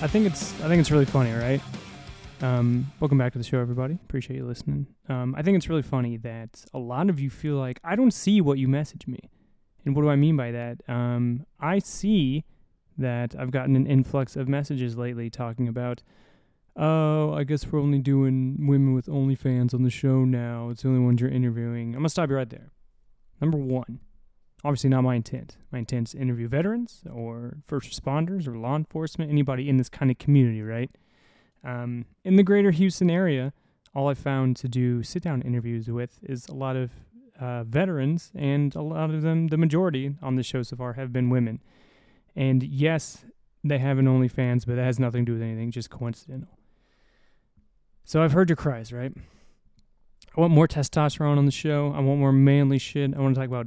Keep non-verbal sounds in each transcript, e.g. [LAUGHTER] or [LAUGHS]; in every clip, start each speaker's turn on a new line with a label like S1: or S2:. S1: I think it's I think it's really funny, right? Um, welcome back to the show, everybody. Appreciate you listening. Um, I think it's really funny that a lot of you feel like I don't see what you message me, and what do I mean by that? Um, I see that I've gotten an influx of messages lately talking about, oh, I guess we're only doing women with OnlyFans on the show now. It's the only ones you're interviewing. I'm gonna stop you right there. Number one, obviously not my intent. My intent is to interview veterans or first responders or law enforcement, anybody in this kind of community, right? Um, in the greater Houston area, all I found to do sit down interviews with is a lot of uh, veterans, and a lot of them, the majority on the show so far, have been women. And yes, they have an OnlyFans, but that has nothing to do with anything, just coincidental. So I've heard your cries, right? I want more testosterone on the show. I want more manly shit. I want to talk about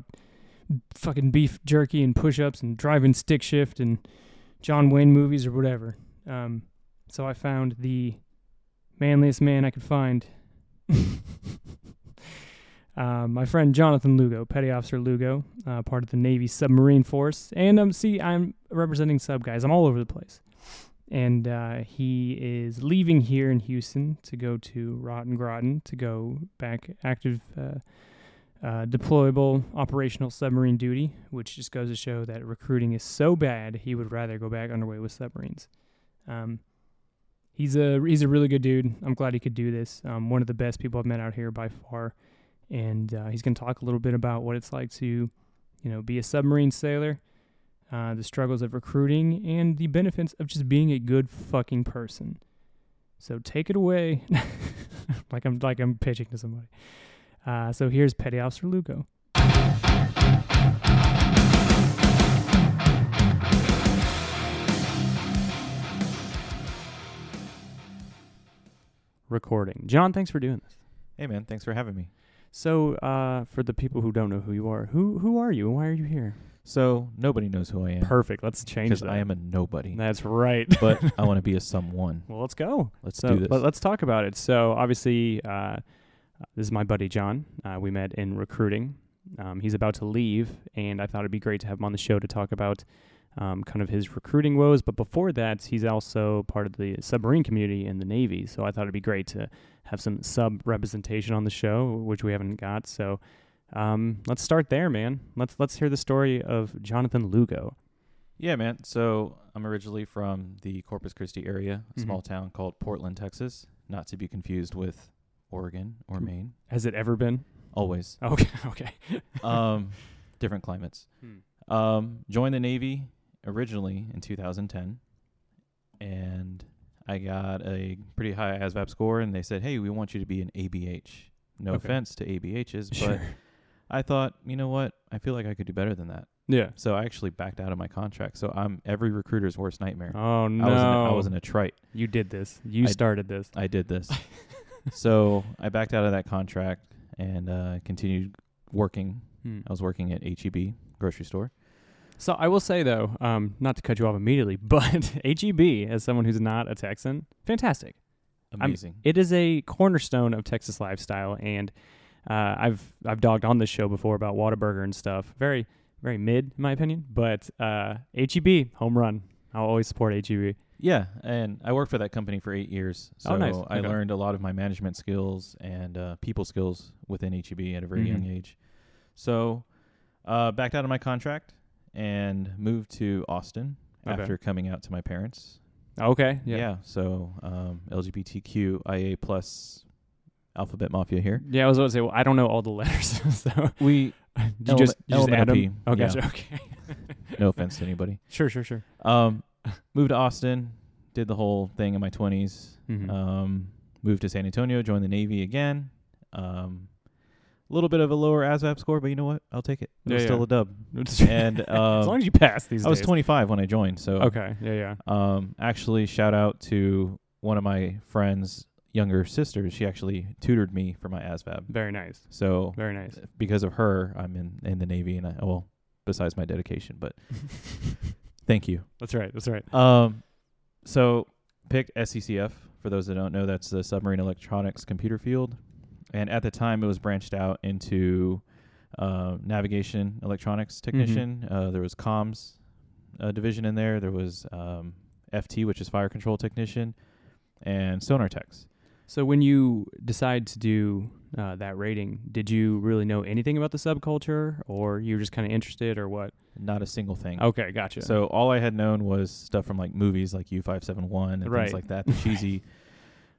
S1: fucking beef jerky and push-ups and driving stick shift and John Wayne movies or whatever. Um, so I found the manliest man I could find. [LAUGHS] Uh, my friend Jonathan Lugo, Petty Officer Lugo, uh, part of the Navy Submarine Force, and um, see, I'm representing sub guys. I'm all over the place, and uh, he is leaving here in Houston to go to Rotten Groton to go back active uh, uh, deployable operational submarine duty, which just goes to show that recruiting is so bad he would rather go back underway with submarines. Um, he's a he's a really good dude. I'm glad he could do this. Um, one of the best people I've met out here by far, and uh, he's going to talk a little bit about what it's like to, you know, be a submarine sailor, uh, the struggles of recruiting, and the benefits of just being a good fucking person. So take it away, [LAUGHS] like I'm like I'm pitching to somebody. Uh, so here's Petty Officer Lugo.
S2: recording. John, thanks for doing this.
S3: Hey man, thanks for having me.
S2: So, uh, for the people who don't know who you are, who who are you and why are you here?
S3: So nobody knows who I am
S2: Perfect. Let's change
S3: because I am a nobody,
S2: That's right.
S3: but I want
S2: [LAUGHS]
S3: to be a someone.
S2: well, let's go.
S3: Let's
S2: so,
S3: do this.
S2: But let's talk about it. So, obviously, uh, this is my buddy John. Uh, we met in recruiting. Um, he's about to leave, and I thought it'd be great to have him on the show to talk about um, kind of his recruiting woes. But before that, he's also part of the submarine community in the Navy. So I thought it'd be great to have some sub representation on the show, which we haven't got. So um, let's start there, man. Let's let's hear the story of Jonathan Lugo.
S3: yeah, man. So I'm originally from the Corpus Christi area, a
S2: Mhm.
S3: small town called Portland, Texas, not to be confused with Oregon or
S2: Hmm.
S3: Maine.
S2: Has it ever been? [LAUGHS]
S3: Always.
S2: Okay, okay.
S3: Um, different climates. Um, joined the Navy originally in 2010, and I got a pretty high ASVAB score, and they said, "Hey, we want you to be an ABH." No
S2: Okay.
S3: offense
S2: [LAUGHS]
S3: to ABHs, but
S2: Sure.
S3: I thought, you know what? I feel like I could do better than that.
S2: [LAUGHS] Yeah.
S3: So I actually backed out of my contract. So I'm every recruiter's worst nightmare.
S2: Oh no!
S3: Hmm. I was an, I was an attrite.
S2: you did this. You
S3: I-
S2: started this.
S3: I
S2: [LAUGHS]
S3: did this. so I backed out of that contract and uh, continued working.
S2: Hmm.
S3: I was working at HEB grocery store.
S2: Oh. So I will say though, um, not to cut you off immediately, [LAUGHS] but HEB as someone who's not a Texan, fantastic.
S3: Amazing.
S2: It is a cornerstone of Texas lifestyle, and uh, I've I've dogged on this show before about Whataburger and stuff. Very very mid in my opinion, but uh, HEB home run. I'll always support E HEB.
S3: yeah, and I worked for that company for eight years. So
S2: Oh, nice.
S3: I
S2: Okay.
S3: learned a lot of my management skills and uh, people skills within HEB at a very young
S2: Mhm.
S3: age. So uh, backed out of my contract and moved to Austin
S2: Okay.
S3: after coming out to my parents.
S2: Okay.
S3: Yeah. so um, LGBTQIA plus Alphabet Mafia here.
S2: Yeah, I was about to say, well, I don't know all the [LAUGHS] letters, so
S3: We
S2: you
S3: Element-
S2: just you just add
S3: elemental
S2: them. Oh,
S3: P, yeah.
S2: gotcha. [LAUGHS] Okay.
S3: no offense to anybody.
S2: Sure, sure, sure. [LAUGHS]
S3: Um, moved to Austin, did the whole thing in my 20s
S2: Mhm. [LAUGHS]
S3: Um, moved to San Antonio, joined the Navy again. Um, a little bit of a lower ASVAB score, but you know what? I'll take it. It was
S2: Yeah,
S3: still
S2: yeah.
S3: a dub. And
S2: [LAUGHS] as long
S3: um,
S2: as you pass these
S3: I was
S2: days.
S3: 25 when I joined, so
S2: Okay. Yeah, yeah.
S3: Um, actually, shout out to one of my friends' younger sisters. She actually tutored me for my ASVAB.
S2: Very nice.
S3: So
S2: Very nice.
S3: because of her, I'm in, in the Navy, and I well, besides my dedication, but
S1: [LAUGHS]
S3: thank you.
S2: That's right. That's right.
S3: Um, so picked SCCF for those that don't know. That's the Submarine Electronics Computer Field, and at the time it was branched out into uh, navigation electronics technician. Uh, there was comms uh, division in there. There was um, FT, which is fire control technician, and sonar techs.
S1: So when you decide to do uh, that rating, did you really know anything about the subculture, or you were just kind of interested, or what?
S3: Not a single thing.
S1: Okay, gotcha.
S3: So all I had known was stuff from like movies like U five seven one and
S1: Right.
S3: things
S1: [LAUGHS]
S3: like that, the cheesy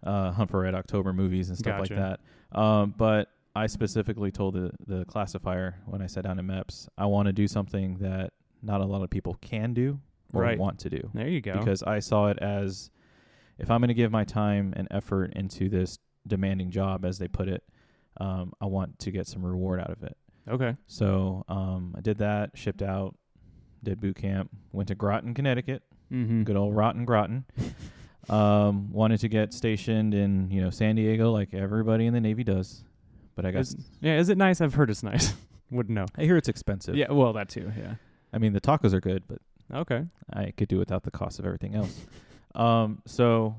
S3: uh, Hunt for Red October movies and stuff
S1: Gotcha.
S3: like that. Um, but I specifically told the the classifier when I sat down in MEPS, I want to do something that not a lot of people can do or
S1: Right.
S3: want to do
S1: there you go.
S3: because I saw it as if I'm going to give my time and effort into this demanding job, as they put it, um, I want to get some reward out of it.
S1: okay,
S3: So um, I did that, shipped out, did boot camp, went to Groton, Connecticut,
S1: mm-hmm.
S3: good old
S1: [LAUGHS]
S3: rotten Groton. um, wanted to get stationed in you know San Diego like everybody in the Navy does, but I guess
S1: Is, yeah, is it nice? I've heard it's nice. [LAUGHS] Wouldn't know.
S3: I hear it's expensive.
S1: Yeah, well, that too. Yeah.
S3: I mean the tacos are good, but
S1: Okay.
S3: I could do without the cost of everything else.
S1: [LAUGHS]
S3: um, so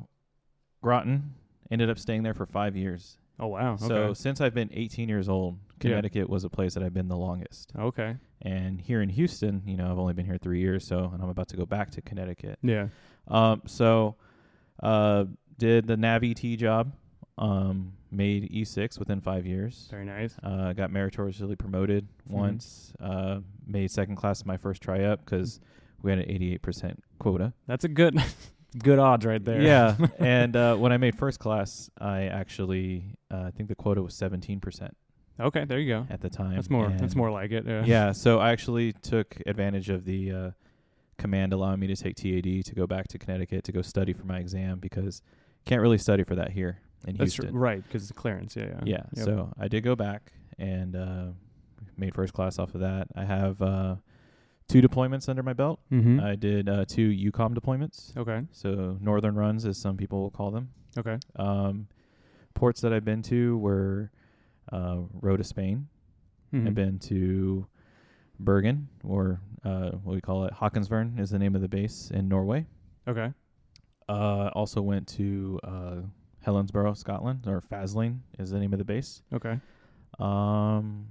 S3: Groton ended up staying there for five years.
S1: Oh wow. Okay.
S3: So since I've been 18 years old, Connecticut was a place that I've been the longest.
S1: okay.
S3: And here in Houston, you know, I've only been here three years, so and I'm about to go back to Connecticut.
S1: Yeah.
S3: Um, so uh, did the Navi T job, um, made E6 within five years.
S1: Very nice.
S3: Uh, got meritoriously promoted
S1: Mhm.
S3: once. Uh, made second class in my first try up because we had an 88% quota.
S1: That's a good, [LAUGHS] good odds right there. [LAUGHS]
S3: Yeah, and uh, when I made first class, I actually uh, I think the quota was seventeen percent
S1: Okay. There you go.
S3: at the time.
S1: That's more. That's
S3: and-
S1: more like it. Yeah.
S3: Yeah, so I actually took advantage of the uh, command allowing me to take TAD to go back to Connecticut to go study for my exam because can't really study for that here in
S1: That's
S3: Houston.
S1: right because it's clearance. Yeah. Yeah.
S3: Yeah,
S1: Yep.
S3: so I did go back and uh, made first class off of that. I have uh, two deployments under my belt.
S1: Mm-hmm.
S3: I did uh, two UCOM deployments,
S1: okay.
S3: so northern runs as some people will call them.
S1: Okay.
S3: Um, ports that I've been to were uh, Road to Spain.
S1: Mhm.
S3: I've been to Bergen, or uh, what we call it, Håkonsvern is the name of the base in Norway.
S1: Okay.
S3: Uh, also went to uh, Helensborough, Scotland, or Fasling is the name of the base.
S1: Okay.
S3: Um,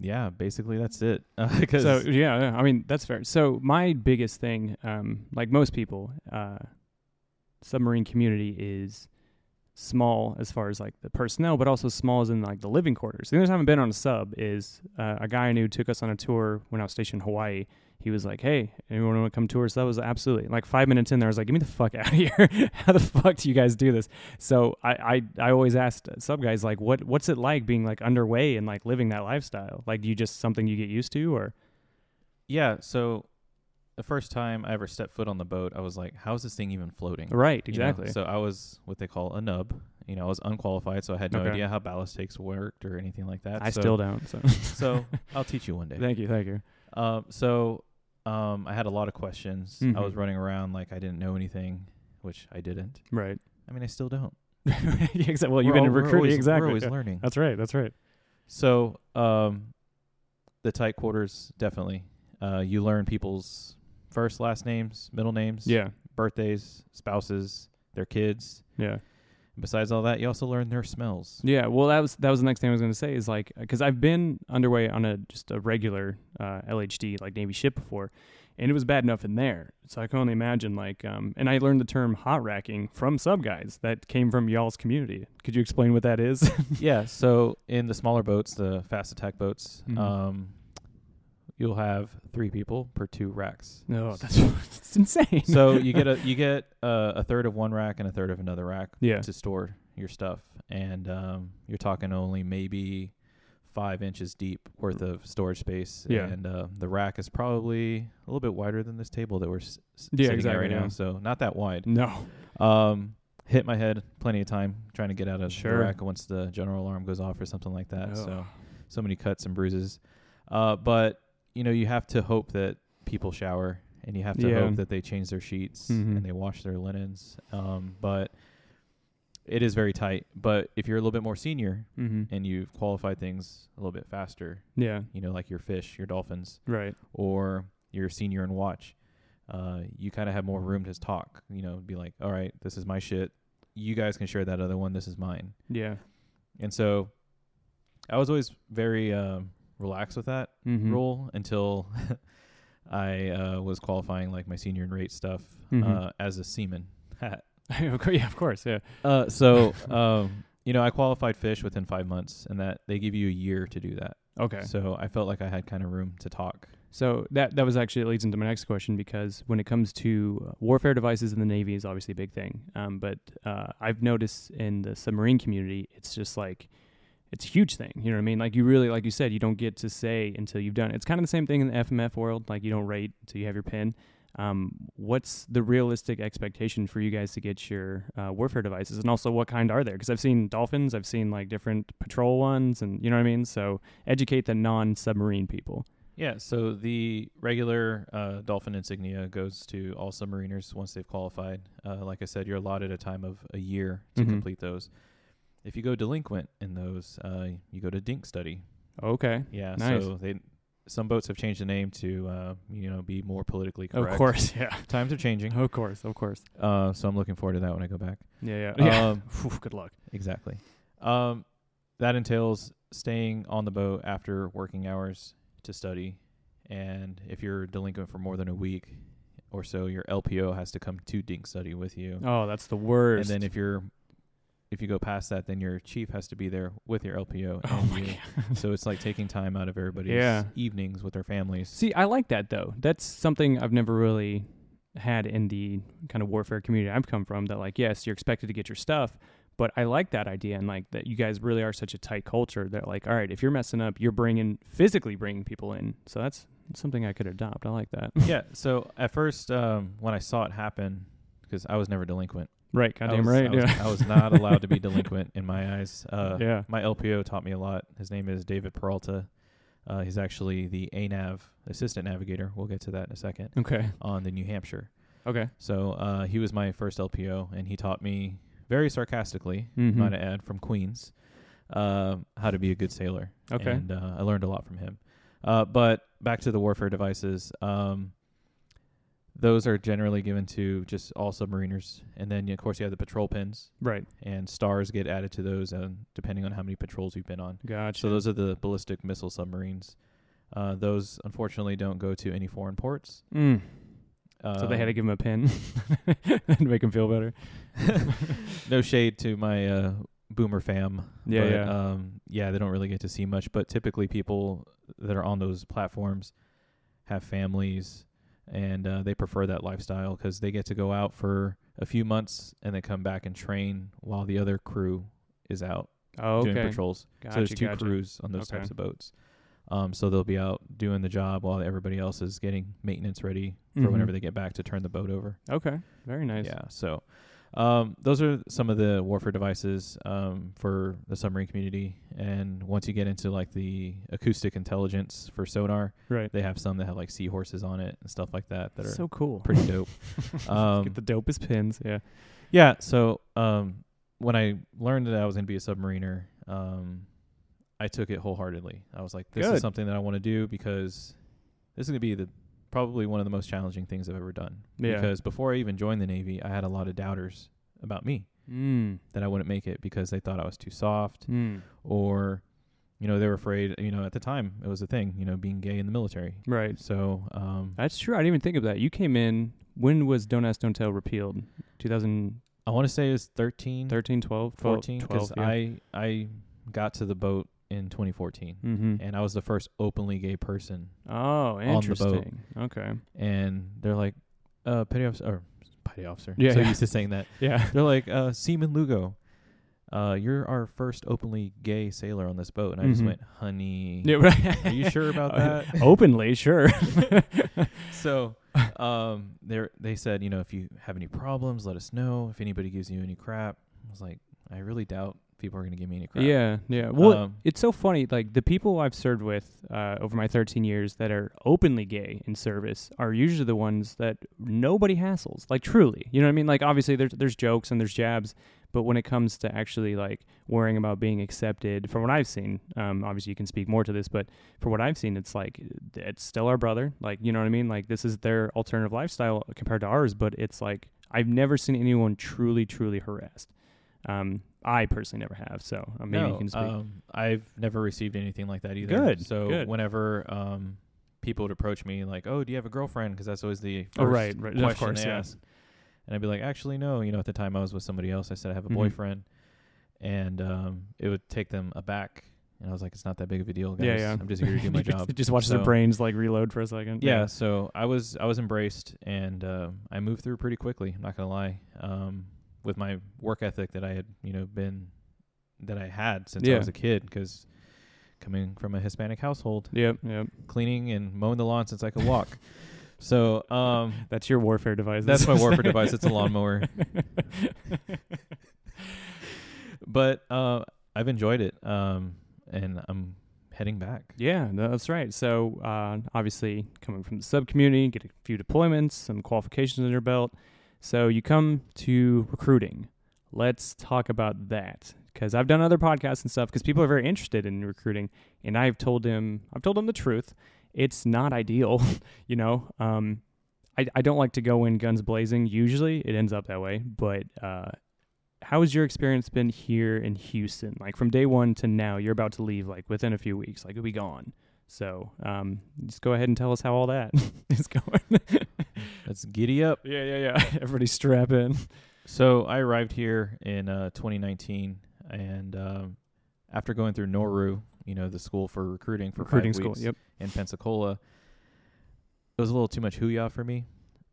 S3: yeah, basically that's it. [LAUGHS] Because
S1: So yeah, yeah, I mean that's fair. So my biggest thing, um, like most people, uh, submarine community is small as far as like the personnel, but also small as in like the living quarters. The only time I've been on a sub is uh, a guy I knew took us on a tour when I was stationed in Hawaii. He was like, "Hey, anyone want to come tour?" So that was absolutely like five minutes in there. I was like, "Get me the fuck [LAUGHS] out of here! How the fuck do you guys do this?" So I, I I always asked uh, sub guys like, "What what's it like being like underway and like living that lifestyle? Like, do you just something you get used to, or
S3: yeah, so the first time I ever stepped foot on the boat, I was like, "How is this thing even floating?"
S1: Right,
S3: you know?
S1: exactly.
S3: So I was what they call a nub. You know, I was unqualified, so I had no
S1: Okay.
S3: idea how ballast takes worked or anything like that.
S1: I
S3: so,
S1: still don't. So [LAUGHS]
S3: so I'll teach you one day.
S1: thank you, thank you.
S3: Um, so um, I had a lot of questions. I was
S1: Mhm.
S3: running around like I didn't know anything, which I didn't.
S1: Right.
S3: I mean, I still don't.
S1: [LAUGHS] exactly. Well, you've
S3: We're
S1: been
S3: al-
S1: in
S3: we're
S1: recruiting.
S3: always-
S1: exactly.
S3: We're always
S1: yeah. Uh,
S3: learning.
S1: That's right. That's right.
S3: So um, the tight quarters definitely. Uh, you learn people's first, last names, middle names,
S1: Yeah.
S3: birthdays, spouses, their kids.
S1: Yeah.
S3: Besides all that, you also learn their smells.
S1: Yeah. Well, that was that was the next thing I was going to say is like because I've been underway on a just a regular uh, LHD like Navy ship before, and it was bad enough in there. So I can only imagine like um and I learned the term hot racking from sub guys that came from y'all's community. Could you explain what that is? [LAUGHS]
S3: yeah. So in the smaller boats, the fast attack boats,
S1: Mhm.
S3: um, you'll have three people per two racks.
S1: no, that's [LAUGHS] it's insane. [LAUGHS]
S3: so you get a you get uh, a third of one rack and a third of another rack
S1: yeah.
S3: to store your stuff, and um, you're talking only maybe five inches deep worth of storage space.
S1: Yeah.
S3: and uh, the rack is probably a little bit wider than this table that we're s- s-
S1: Yeah,
S3: sitting at
S1: exactly,
S3: right now,
S1: yeah.
S3: so not that
S1: [LAUGHS]
S3: wide.
S1: No.
S3: Um, hit my head plenty of time trying to get out of
S1: Sure. Oh,
S3: the rack once the general alarm goes off or something like that.
S1: No.
S3: So so many cuts and bruises. Uh, but you know, you have to hope that people shower, and you have to
S1: Yeah.
S3: hope that they change their sheets
S1: Mhm.
S3: and they wash their linens. Um, but it is very tight. But if you're a little bit more senior
S1: Mm-hmm.
S3: and you've qualified things a little bit faster,
S1: Yeah.
S3: you know, like your fish, your dolphins,
S1: Right.
S3: or your senior and watch, uh, you kind of have more room to talk. You know, be like, all right, this is my shit. You guys can share that other one. This is mine.
S1: Yeah.
S3: And so I was always very um, uh, relaxed with that
S1: Mm-hmm.
S3: rule until [LAUGHS] I uh, was qualifying like my senior and rate stuff
S1: Mhm.
S3: uh, as a seaman.
S1: of course, [LAUGHS] yeah, of course, yeah. [LAUGHS]
S3: uh, so um, you know, I qualified fish within five months, and that they give you a year to do that.
S1: Okay.
S3: So I felt like I had kind of room to talk.
S1: So that that was actually leads into my next question because when it comes to uh, warfare devices in the Navy is obviously a big thing, um, but uh, I've noticed in the submarine community it's just like it's a huge thing. You know what I mean? Like you really, like you said, you don't get to say until you've done. it. It's kind of the same thing in the FMF world. Like you don't rate until you have your pin. Um, what's the realistic expectation for you guys to get your uh, warfare devices, and also what kind are there? Because I've seen dolphins, I've seen like different patrol ones, and you know what I mean. So educate the non-submarine people.
S3: Yeah. So the regular uh, Dolphin insignia goes to all submariners once they've qualified. Uh, like I said, you're allotted a time of a year to
S1: Mhm.
S3: complete those. If you go delinquent in those, uh, you go to Dink Study.
S1: Okay.
S3: Yeah.
S1: Nice.
S3: So they some boats have changed the name to uh, you know be more politically correct.
S1: Of course, [LAUGHS] yeah.
S3: [LAUGHS] Times
S1: [LAUGHS]
S3: are changing.
S1: Of course, of course.
S3: Uh, so I'm looking forward to that when I go back.
S1: Yeah, yeah. yeah. [LAUGHS]
S3: Um,
S1: Phew, good luck.
S3: Exactly. Um, that entails staying on the boat after working hours to study, and if you're delinquent for more than a week or so, your LPO has to come to Dink Study with you.
S1: Oh, that's the
S3: and
S1: worst.
S3: then if you're if you go past that, then your chief has to be there with your LPO.
S1: Oh
S3: and
S1: my [LAUGHS]
S3: you. So it's like taking time out of everybody's
S1: Yeah.
S3: evenings with their families.
S1: See, I like that though. That's something I've never really had in the kind of warfare community I've come from. That like, yes, you're expected to get your stuff, but I like that idea and like that you guys really are such a tight culture. That like, all right, if you're messing up, you're bringing physically bringing people in. So that's something I could adopt. I like that.
S3: yeah. So at first, um, when I saw it happen, because I was never delinquent.
S1: right.
S3: I
S1: Goddamn
S3: was-
S1: right.
S3: I was,
S1: yeah.
S3: I was not allowed to be delinquent in my eyes. Uh,
S1: [LAUGHS] yeah.
S3: my LPO taught me a lot. His name is David Peralta. Uh, he's actually the ANAV assistant navigator. We'll get to that in
S1: [LAUGHS]
S3: a second
S1: Okay.
S3: on the New Hampshire.
S1: Okay.
S3: So uh, he was my first LPO, and he taught me very sarcastically,
S1: Mhm.
S3: might I add, from Queens, um, how to be a good sailor.
S1: Okay.
S3: and uh, I learned a lot from him. Uh, but back to the warfare devices. Um, those are generally given to just all submariners, and then of course you have the patrol pins,
S1: Right.
S3: and stars get added to those, and depending on how many patrols you've been on.
S1: Gotcha.
S3: So those are the ballistic missile submarines. Uh, those unfortunately don't go to any foreign ports.
S1: Mm.
S3: Uh,
S1: So they had to give him a pin [LAUGHS] to make him feel better.
S3: no shade to my uh, boomer fam.
S1: Yeah,
S3: but,
S1: yeah.
S3: Um, yeah, they don't really get to see much. But typically, people that are on those platforms have families, and uh, they prefer that lifestyle because they get to go out for a few months and then come back and train while the other crew is out
S1: Oh, okay.
S3: doing patrols.
S1: Gotcha,
S3: so there's two
S1: gotcha.
S3: crews on those
S1: Okay.
S3: types of boats. Um, so they'll be out doing the job while everybody else is getting maintenance ready for
S1: Mhm.
S3: whenever they get back to turn the boat over.
S1: Okay. Very nice.
S3: Yeah. So, um, those are some of the warfare devices um, for the submarine community. And once you get into like the acoustic intelligence for sonar,
S1: Right.
S3: they have some that have like seahorses on it and stuff like that that are
S1: so cool.
S3: pretty dope.
S1: [LAUGHS]
S3: um,
S1: Get the dopest pins. Yeah.
S3: yeah. So, um, when I learned that I was going to be a submariner, um, I took it wholeheartedly. I was like, this
S1: Good.
S3: is something that I want to do because this is going to be the probably one of the most challenging things I've ever done.
S1: Yeah.
S3: Because before I even joined the Navy, I had a lot of doubters about me
S1: Mm.
S3: that I wouldn't make it because they thought I was too soft
S1: Mm.
S3: or you know they were afraid you know at the time it was a thing you know being gay in the military
S1: Right.
S3: so um
S1: That's true. I didn't even think of that. You came in. When was Don't Ask, Don't Tell repealed? 2013,
S3: I want to say it was 13
S1: 12, 12,
S3: 14 because I I got to the boat in 2014
S1: Mm-hmm.
S3: and I was the first openly gay person
S1: Oh, interesting. Okay.
S3: and they're like uh petty officer or petty officer
S1: Yeah,
S3: so
S1: yeah.
S3: used to saying that
S1: Yeah.
S3: they're like uh Seaman Lugo uh you're our first openly gay sailor on this boat and I just
S1: Mhm.
S3: went honey
S1: [LAUGHS] yeah right. Oh,
S3: Are you sure
S1: [LAUGHS]
S3: about that?
S1: Openly,
S3: [LAUGHS]
S1: sure. [LAUGHS]
S3: So, um, they they said, you know, if you have any problems, let us know. If anybody gives you any crap, I was like, I really doubt people are gonna give me any crap.
S1: Yeah, yeah. Well,
S3: Um,
S1: it's so funny. Like the people I've served with uh, over my 13 years that are openly gay in service are usually the ones that nobody hassles. Like truly, you know what I mean? Like obviously there's there's jokes and there's jabs, but when it comes to actually like worrying about being accepted, from what I've seen, um, obviously you can speak more to this, but from what I've seen, it's like it's still our brother. Like you know what I mean? Like this is their alternative lifestyle compared to ours, but it's like I've never seen anyone truly, truly harassed. Um, I personally never have, so uh, maybe
S3: no,
S1: you can speak.
S3: um, I've never received anything like that either.
S1: Good,
S3: So
S1: good.
S3: whenever um, people would approach me like, "Oh, do you have a girlfriend?" Because that's always the first
S1: Oh, right, right.
S3: question
S1: Of course,
S3: they
S1: yeah.
S3: ask. And I'd be like, "Actually, no. You know, at the time I was with somebody else. I said I have a
S1: Mhm.
S3: boyfriend, and um, it would take them aback. And I was like, "It's not that big of a deal, guys.
S1: Yeah, yeah.
S3: I'm just here
S1: [LAUGHS]
S3: to do my job."
S1: Just watch their
S3: So-
S1: brains like reload for a second.
S3: yeah so i was i was embraced and um i moved through pretty quickly i'm not gonna lie um, with my work ethic that i had you know been that i had since
S1: Yeah.
S3: i was a kid because coming from a hispanic household
S1: Yep. Yep.
S3: cleaning and mowing the lawn since i could walk so um
S1: That's your warfare device.
S3: that's my
S1: [LAUGHS]
S3: warfare device it's a lawnmower but uh i've enjoyed it um and i'm heading back
S1: Yeah, no, that's right. So uh, obviously, coming from the sub community, get a few deployments, some qualifications on your belt. So you come to recruiting. Let's talk about that because I've done other podcasts and stuff because people are very interested in recruiting, and I've told him, I've told him the truth. It's not ideal, [LAUGHS] you know. Um, I, I don't like to go in guns blazing. Usually, it ends up that way. But uh, how has your experience been here in Houston? Like from day one to now, you're about to leave like within a few weeks, like you'll be gone. So um, just go ahead and tell us how all that [LAUGHS] is going.
S3: let's giddy up
S1: yeah, yeah, yeah. [LAUGHS] Everybody strap in.
S3: So I arrived here in uh, 2019, and um, after going through Noru, you know, the school for recruiting for
S1: Recruiting
S3: five
S1: school.
S3: weeks
S1: Yep.
S3: in Pensacola, it was a little too much hooyah for me,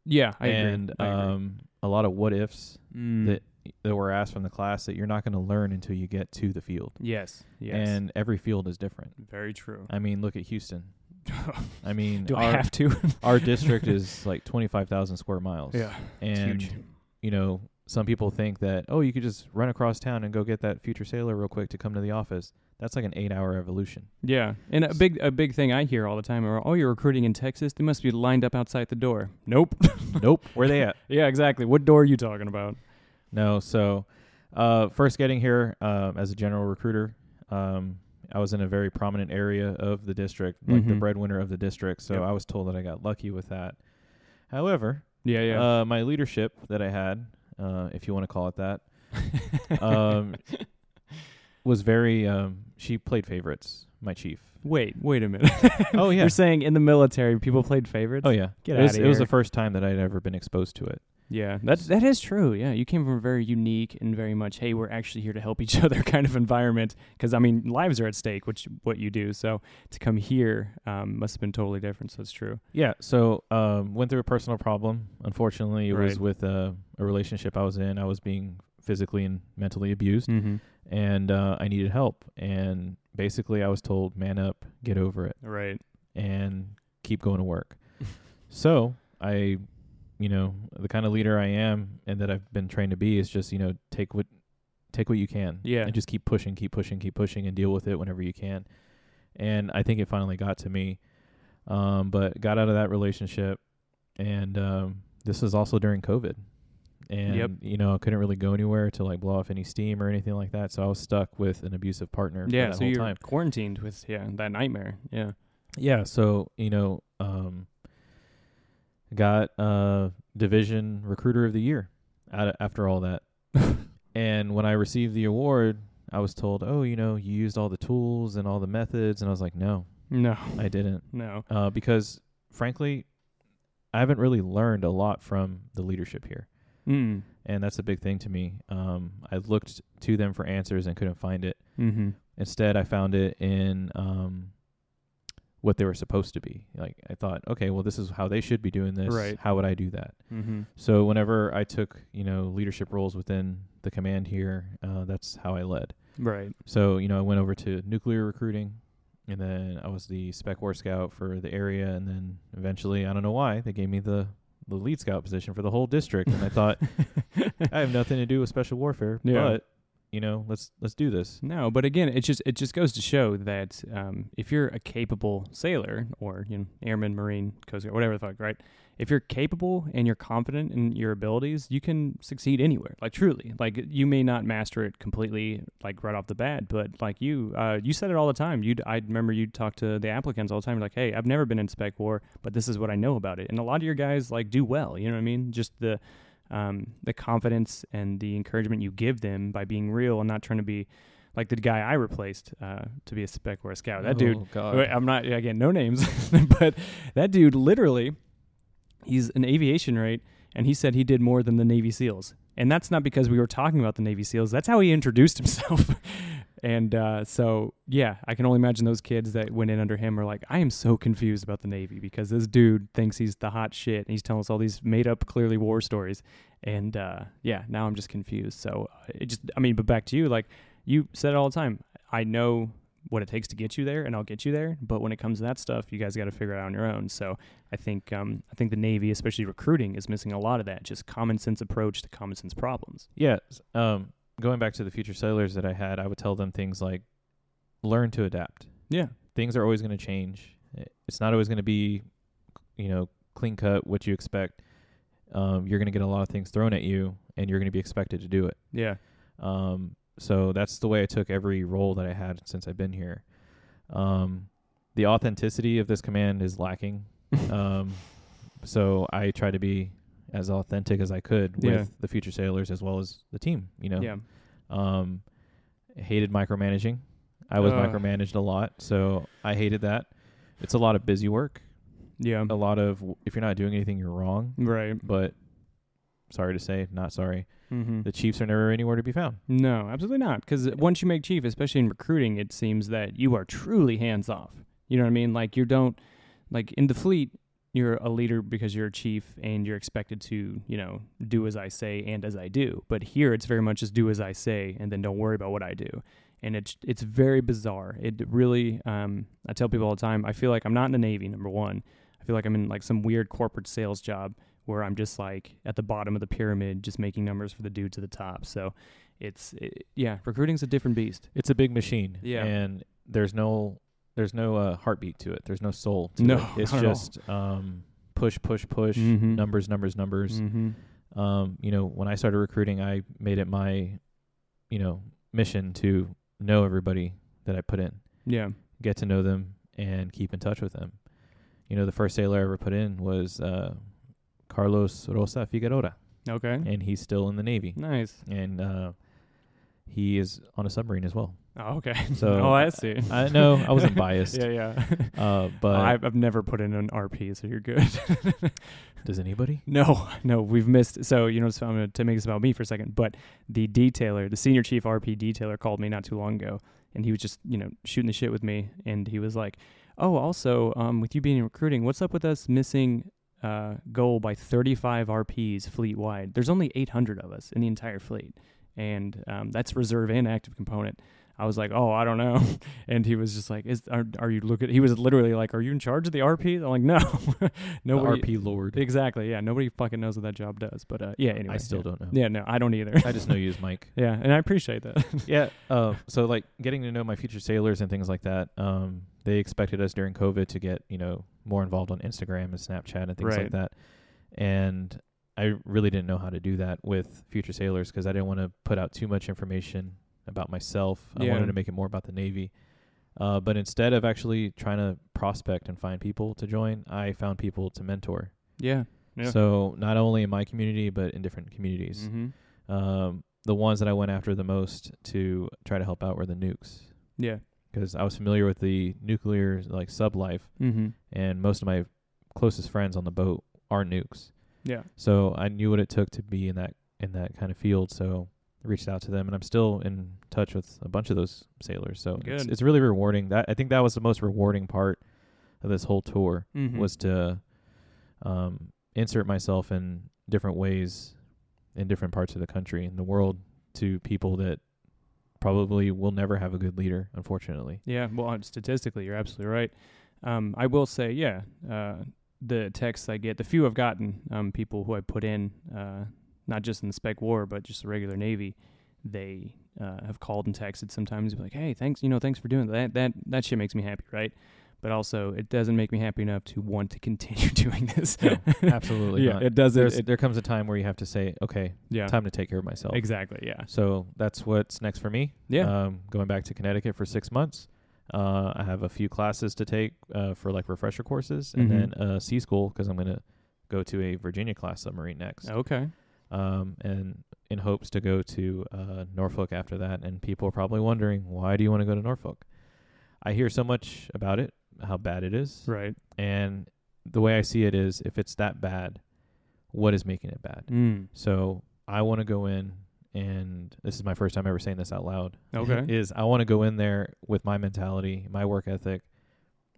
S1: Yeah, I
S3: and
S1: agree. I agree.
S3: um, a lot of what ifs
S1: Mm.
S3: that that were asked from the class that you're not going to learn until you get to the field,
S1: yes, yes,
S3: and every field is different.
S1: very
S3: [LAUGHS]
S1: true.
S3: I mean, look at Houston. I mean,
S1: [LAUGHS] Do
S3: our,
S1: I have
S3: [LAUGHS]
S1: to?
S3: our
S1: [LAUGHS]
S3: district is like 25,000 square miles. and
S1: huge.
S3: you know, some people think that, oh, you could just run across town and go get that future sailor real quick to come to the office. That's like an eight hour evolution.
S1: Yeah, and a big a big thing I hear all the time are, oh, you're recruiting in Texas. They must be lined up outside the door. Nope.
S3: nope. Where they at?
S1: [LAUGHS] yeah, exactly. What door are you talking about?
S3: [LAUGHS] No. So, uh, first getting here um, as a general recruiter, um, I was in a very prominent area of the district, like the
S1: Mhm.
S3: breadwinner of the district. So
S1: Yep.
S3: I was told that I got lucky with that. However,
S1: Yeah, yeah.
S3: uh, my leadership that I had, uh, if you want to call it [LAUGHS] that, um, was very. Um, she played favorites. My chief.
S1: Wait, wait a minute. [LAUGHS]
S3: Oh yeah.
S1: You're saying in the military people played favorites?
S3: Oh yeah,
S1: Get
S3: it, was,
S1: outta
S3: it was
S1: here.
S3: the first time that I'd ever been exposed to it.
S1: Yeah, that that is true. Yeah, you came from a very unique and very much, hey, we're actually here to help each [LAUGHS] other kind of environment. Because I mean, lives are at stake, which what you do. So to come here um, must have been totally different. So it's true.
S3: Yeah, so um, went through a personal problem. Unfortunately, it was with a, a relationship I was in. I was being physically and mentally abused,
S1: Mm-hmm.
S3: and uh, I needed help. And basically, I was told, "Man up, get over it,
S1: Right.
S3: and keep going to work." so I, you know, the kind of leader I am and that I've been trained to be is just you know take what take what you can,
S1: Yeah.
S3: and just keep pushing, keep pushing, keep pushing, and deal with it whenever you can. And I think it finally got to me, um, but got out of that relationship, and um, this was also during COVID, and
S1: Yep.
S3: you know I couldn't really go anywhere to like blow off any steam or anything like that, so I was stuck with an abusive partner for
S1: Yeah.
S3: that
S1: So
S3: whole
S1: you're
S3: time.
S1: quarantined with yeah that nightmare. Yeah.
S3: Yeah, so you know, um, got uh, division recruiter of the year out of, after all that, and when I received the award, I was told, "Oh, you know, you used all the tools and all the methods," and I was like, "No,
S1: No.
S3: I didn't,"
S1: No.
S3: uh, because frankly, I haven't really learned a lot from the leadership here,
S1: Mm.
S3: and that's a big thing to me. Um, I looked to them for answers and couldn't find it.
S1: Mm-hmm.
S3: Instead, I found it in um, what they were supposed to be. Like I thought, okay, well, this is how they should be doing this.
S1: Right.
S3: How would I do that?
S1: Mm-hmm.
S3: So whenever I took, you know, leadership roles within the command here, uh, that's how I led.
S1: Right.
S3: So you know, I went over to nuclear recruiting, and then I was the spec war scout for the area, and then eventually, I don't know why, they gave me the the lead scout position for the whole district,
S1: [LAUGHS]
S3: and I thought I have nothing to do with special warfare,
S1: Yeah.
S3: but you know, let's let's do this.
S1: No, but again, it just it just goes to show that um, if you're a capable sailor or you know airman, marine, coast guard, whatever the fuck, right? If you're capable and you're confident in your abilities, you can succeed anywhere. Like truly, like you may not master it completely, like right off the bat, but like you, uh, you said it all the time. You, I remember you talk to the applicants all the time. You're like, hey, I've never been in spec war, but this is what I know about it. And a lot of your guys like do well. You know what I mean? Just the um, the confidence and the encouragement you give them by being real and not trying to be like the guy I replaced uh, to be a spec or a scout. That dude
S3: Oh, God.
S1: Wait, I'm not again no names, [LAUGHS] but that dude literally, he's an aviation rate, and he said he did more than the Navy SEALs, and that's not because we were talking about the Navy SEAls. That's how he introduced himself, [LAUGHS] and uh, so yeah, I can only imagine those kids that went in under him are like, I am so confused about the Navy because this dude thinks he's the hot shit, and he's telling us all these made up clearly war stories, and uh, yeah, now I'm just confused. So uh, it just, I mean, but back to you, like you said it all the time. I know what it takes to get you there and I'll get you there. But when it comes to that stuff, you guys got to figure it out on your own. So I think um, I think the Navy, especially recruiting, is missing a lot of that just common sense approach to common sense problems.
S3: Yeah. s- Um, going back to the future settlers that I had, I would tell them things like learn to adapt.
S1: Yeah.
S3: Things are always going to change. I- It's not always going to be, you know, clean cut what you expect. Um, you're going to get a lot of things thrown at you and you're going to be expected to do it.
S1: Yeah.
S3: Um, so that's the way I took every role that I had since I've been here. Um, the authenticity of this command is lacking.
S1: Uh,
S3: um, so I try to be as authentic as I could with
S1: Yeah.
S3: the future sailors as well as the team, you know.
S1: Yeah.
S3: Um, hated micromanaging. I was
S4: Ugh.
S3: micromanaged a lot, so I hated that. It's a lot of busy work.
S1: Yeah.
S3: A lot of if you're not doing anything, you're wrong.
S1: Right.
S3: But sorry to say, not sorry.
S1: Mm-hmm.
S3: The chiefs are never anywhere to be found.
S1: No, absolutely not. Because once you make chief, especially in recruiting, it seems that you are truly hands off. You know what I mean? Like you don't like in the fleet, you're a leader because you're a chief and you're expected to you know do as I say and as I do. But here, it's very much just do as I say and then don't worry about what I do. And it's it's very bizarre. It really, um, I tell people all the time. I feel like I'm not in the Navy. Number one, I feel like I'm in like some weird corporate sales job where I'm just like at the bottom of the pyramid, just making numbers for the dudes at the top. So it's it, yeah recruiting's a different beast
S3: It's a big machine.
S1: Yeah.
S3: And there's no there's no uh, heartbeat to it. There's no soul to
S1: No,
S3: it. It's
S1: not at all.
S3: just um push, push, push,
S1: Mhm.
S3: numbers, numbers, numbers.
S1: mm-hmm.
S3: um, you know, when I started recruiting, I made it my, you know, mission to know everybody that I put in,
S1: yeah
S3: get to know them, and keep in touch with them. You know, the first sailor I ever put in was uh, Carlos Rosa Figueroa,
S1: okay
S3: and he's still in the Navy,
S1: nice
S3: and uh, he is on a submarine as well.
S1: oh okay [LAUGHS]
S3: So-
S1: oh i see
S3: I know
S1: [LAUGHS]
S3: I wasn't biased,
S1: yeah yeah [LAUGHS]
S3: uh, but
S1: I've, I've never put in an rp so you're good [LAUGHS]
S3: does anybody?
S1: no no we've missed so you know so i'm gonna to make this about me for a second but the detailer the senior chief rp detailer called me not too long ago and he was just you know shooting the shit with me and he was like oh also um, with you being in recruiting what's up with us missing uh, goal by 35 rps fleet wide there's only 800 of us in the entire fleet and um, that's reserve and active component i was like oh i don't know [LAUGHS] and he was just like is are, are you looking he was literally like are you in charge of the rp i'm like no [LAUGHS]
S3: The
S1: nobody
S3: RP Lord.
S1: exactly yeah nobody fucking knows what that job does but uh, yeah anyway
S3: I still
S1: yeah.
S3: don't know.
S1: yeah no i don't either [LAUGHS]
S3: I just know you as Mike.
S1: yeah and i appreciate that
S3: [LAUGHS] yeah. Uh, so like getting to know my future sailors and things like that. Um, they expected us during COVID to get you know more involved on Instagram and Snapchat and things
S1: Right.
S3: like that, and I really didn't know how to do that with future sailors because I didn't want to put out too much information about myself. I
S1: Yeah.
S3: wanted to make it more about the Navy. Uh, but instead of actually trying to prospect and find people to join, I found people to mentor.
S1: yeah Yeah.
S3: So not only in my community, but in different communities
S1: mm-hmm.
S3: um, the ones that I went after the most to try to help out were the nukes
S1: yeah
S3: because I was familiar with the nuclear like sub life,
S1: mm-hmm.
S3: and most of my closest friends on the boat are nukes.
S1: yeah
S3: So I knew what it took to be in that in that kind of field. So I reached out to them, and I'm still in touch with a bunch of those sailors. So it's,
S1: Good.
S3: it's really rewarding. That I think that was the most rewarding part of this whole tour
S1: mm-hmm.
S3: was to um, insert myself in different ways in different parts of the country and the world to people that probably will never have a good leader,
S1: [LAUGHS]
S3: unfortunately.
S1: Yeah, well, uh, statistically, you're absolutely right. Um, I will say, yeah, uh, the texts I get, the few I've gotten, um, people who I put in, uh, not just in the spec war, but just the regular Navy, they uh, have called and texted sometimes, be like, "Hey, thanks, you know, thanks for doing that. That that shit makes me happy, right?" But also, it doesn't make me happy enough to want to [LAUGHS] continue doing this.
S3: No, absolutely
S1: yeah,
S3: not.
S1: it does.
S3: There's,
S1: It,
S3: there comes a time where you have to say, okay,
S1: yeah,
S3: time to Uh, take care of myself.
S1: exactly. Yeah,
S3: So that's what's next for me.
S1: yeah,
S3: Um, going back to Connecticut for six months. Uh, I have a few classes to take uh, for like refresher courses
S1: Mhm.
S3: and then uh, sea school because I'm going to go to a Virginia class submarine next.
S1: okay,
S3: um, and in hopes to go to uh, Norfolk after that, and people are probably wondering why do you want to go to Norfolk? I hear so much about it, how bad it is,
S1: Right.
S3: and the way I see it is, if it's that bad, what is making it bad?
S1: Mm.
S3: So I want to go in, and this is my first time ever saying this out loud.
S1: Okay.
S3: [LAUGHS] is I want to go in there with my mentality, my work ethic,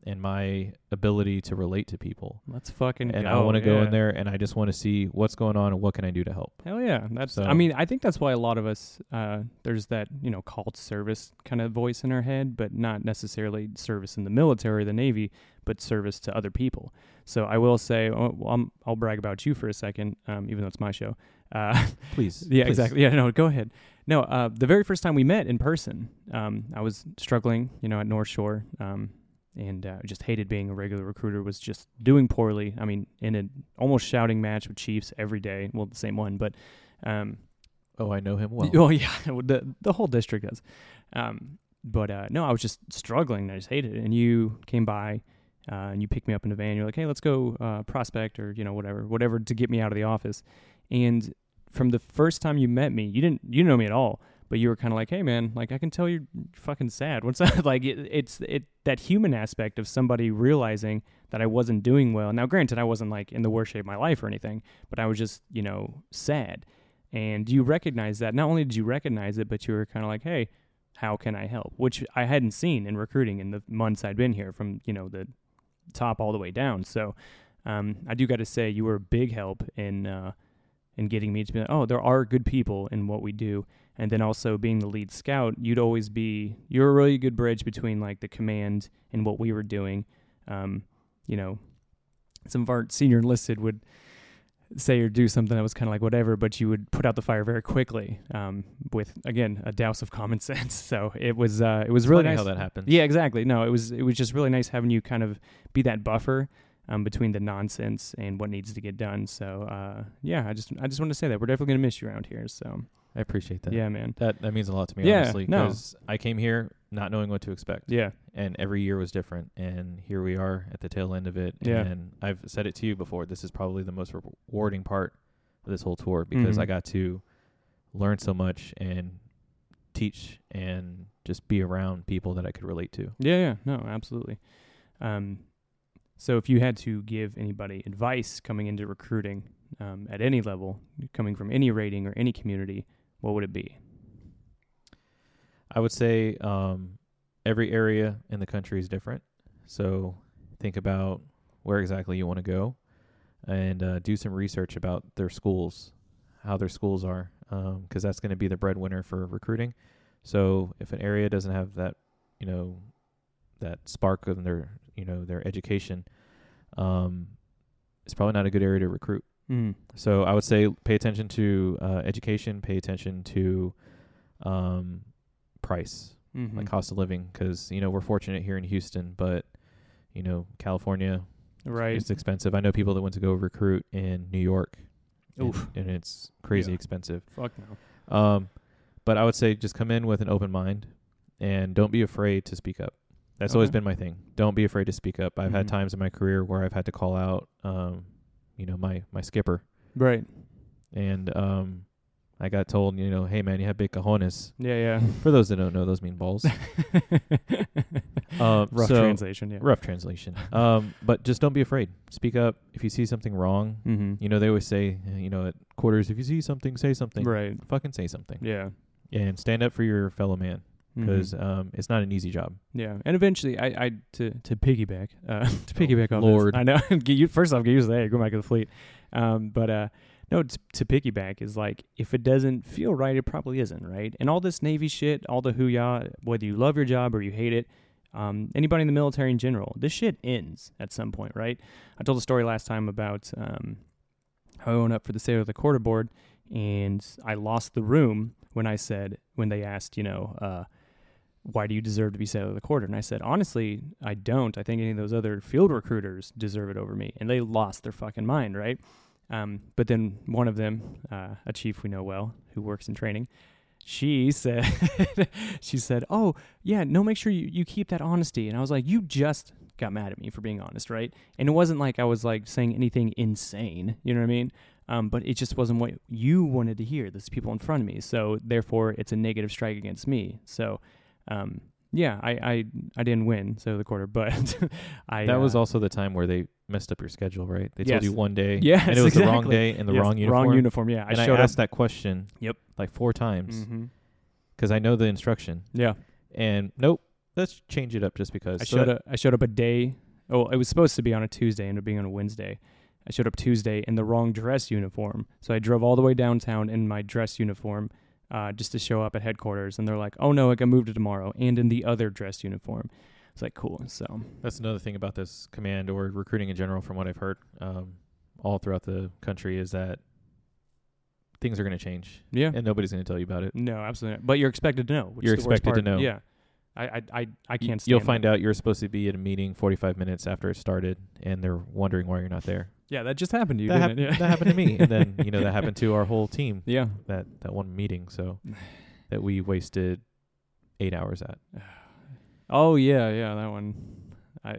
S3: and my ability to relate to people.
S1: Let's fucking
S3: And
S1: go.
S3: I want to go
S1: yeah.
S3: in there, and I just want to see what's going on and what can I do to help.
S1: Hell yeah. That's I
S3: So-
S1: mean, I think that's why a lot of us uh there's that, you know, called service kind of voice in our head, but not necessarily service in the military or the navy, but service to other people. So I will say oh, well, I'm, I'll brag about you for a second, um, even though it's my show. Uh [LAUGHS]
S3: Please.
S1: Yeah,
S3: please.
S1: exactly. Yeah, no, go ahead. No, uh, the very first time we met in person, um, I was struggling, you know, at North Shore, um, and uh, just hated being a regular recruiter. Was just doing poorly. I mean, in an almost shouting match with Chiefs every day. Well, the same one, but um,
S3: Oh, I know him well.
S1: [LAUGHS] Oh yeah, the the whole district does. Um, but uh, no, I was just struggling. and I just hated it. And you came by, uh, and you picked me up in the van. You're like, hey, let's go uh, prospect or you know whatever, whatever to get me out of the office. And from the first time you met me, you didn't you didn't know me at all, but you were kind of like, hey man, like I can tell you're fucking sad. [LAUGHS] What's that? like it, it's it that human aspect of somebody realizing that I wasn't doing well. Now, granted, I wasn't like in the worst shape of my life or anything, but I was just you know sad and you recognize that not only did you recognize it but you were kind of like hey how can i help which i hadn't seen in recruiting in the months i'd been here from you know the top all the way down so um, i do got to say you were a big help in uh, in getting me to be like oh there are good people in what we do and then also being the lead scout you'd always be you're a really good bridge between like the command and what we were doing um, you know some of our senior enlisted would say or do something that was kind of like whatever, but you would put out the fire very quickly um, with again a douse of common [LAUGHS] sense. So it was uh, it was
S3: It's
S1: really
S3: funny
S1: nice.
S3: how that happens.
S1: Yeah, exactly. No, it was it was just really nice having you kind of be that buffer um, between the nonsense and what needs to get done. So uh, yeah, I just I just want to say that we're definitely gonna miss you around here. So
S3: I appreciate that.
S1: yeah, man.
S3: That that means a lot to me,
S1: Yeah,
S3: honestly,
S1: no.
S3: because I came here not knowing what to expect,
S1: Yeah,
S3: and every year was different, and here we are at the tail end of it.
S1: Yeah.
S3: And I've said it to you before. This is probably the most rewarding part of this whole tour because
S1: Mhm.
S3: I got to learn so much and teach and just be around people that I could relate to.
S1: yeah, yeah. No, absolutely. Um, so if you had to give anybody advice coming into recruiting um, at any level, coming from any rating or any community, what would it be?
S3: I would say um, every area in the country is different. So think about where exactly you want to go and uh, do some research about their schools, how their schools are, because that's going to be the breadwinner for recruiting. So if an area doesn't have that, you know, that spark of their, you know, their education, um, it's probably not a good area to recruit.
S1: Mm.
S3: So I would say pay attention to uh, education, pay attention to um, price,
S1: Mm-hmm.
S3: like cost of living, because you know we're fortunate here in Houston, but you know California,
S1: right.
S3: it's expensive. I know people that went to go recruit in New York, and-
S1: Oof.
S3: and it's crazy
S1: Yeah.
S3: expensive.
S1: Fuck no.
S3: Um, but I would say just come in with an open mind and don't be afraid to speak up. That's always
S1: Okay.
S3: been my thing. Don't be afraid to speak up. I've had
S1: Mhm.
S3: times in my career where I've had to call out, um, you know, my my skipper
S1: Right.
S3: and um, I got told, you know, hey man, you have big cojones.
S1: Yeah,
S3: For those that don't know, those mean
S1: [LAUGHS]
S3: balls.
S1: yeah.
S3: [LAUGHS] Um,
S1: Rough
S3: so-
S1: translation, yeah.
S3: Rough translation. Um, but just don't be afraid. Speak up if you see something wrong.
S1: Mm-hmm.
S3: You know, they always say, you know, at quarters, if you see something, say something.
S1: Right.
S3: Fucking say something.
S1: Yeah.
S3: And stand up for your fellow man because
S1: Mhm.
S3: um, it's not an easy job.
S1: yeah, and eventually, I, I to to piggyback, uh, [LAUGHS] to piggyback off.
S3: Lord.
S1: this, I know. [LAUGHS] get you, first off, get used to that. Go back to the fleet. Um, but uh, no, t- to piggyback is like if it doesn't feel right, it probably isn't right. And all this Navy shit, all the hooyah, whether you love your job or you hate it, um, anybody in the military in general, this shit ends at some point, right? I told a story last time about um, how I went up for the state of the quarter board, and I lost the room when I said when they asked, you know. Uh, why do you deserve to be sailor of the quarter? And I said, honestly, I don't. I think any of those other field recruiters deserve it over me. And they lost their fucking mind, right? Um, but then one of them, uh, a chief we know well who works in training, she said, [LAUGHS] she said, oh yeah, no, make sure you, you keep that honesty. And I was like, you just got mad at me for being honest, right? And it wasn't like I was like saying anything insane, you know what I mean? um, but it just wasn't what you wanted to hear. There's people in front of me, so therefore it's a negative strike against me. So, um, yeah, I, I I didn't win, so the quarter, [LAUGHS] but I
S3: That was
S1: uh,
S3: also the time where they messed up your schedule, right? They
S1: Yes.
S3: told you one day,
S1: Yes,
S3: and it was the wrong
S1: exactly.
S3: day and the
S1: yes,
S3: wrong uniform.
S1: Wrong uniform. Yeah,
S3: and
S1: I
S3: I,
S1: showed
S3: asked that question.
S1: Yep.
S3: Like four times
S1: hmm
S3: because I know the instruction,
S1: Yeah,
S3: and nope, let's change it up just because.
S1: I
S3: So
S1: showed
S3: that-
S1: up. I showed up a day. Oh, it was supposed to be on a Tuesday, ended up being on a Wednesday. I showed up Tuesday in the wrong dress uniform, so I drove all the way downtown in my dress uniform uh, just to show up at headquarters. And they're like, "Oh no, it got moved to tomorrow," and in the other dress uniform. It's like cool. So
S3: That's another thing about this command or recruiting in general, from what I've heard, um, all throughout the country, is that things are going to change,
S1: yeah,
S3: and nobody's going to tell you about it.
S1: no, absolutely not. But you're expected to know. Which
S3: You're
S1: is the worst
S3: expected to
S1: part.
S3: know.
S1: Yeah, I I I, I
S3: Y-
S1: can't. Stand
S3: You'll find out you're supposed to be at a meeting 45 minutes after it started, and they're wondering why you're not there.
S1: Yeah, that just happened to you.
S3: that,
S1: didn't it?
S3: hap- that happened
S1: [LAUGHS]
S3: to me, and then you know that happened to our whole team
S1: Yeah.
S3: that that one meeting.
S1: [SIGHS]
S3: So that we wasted eight hours at.
S1: Oh yeah, yeah, that one. I [LAUGHS]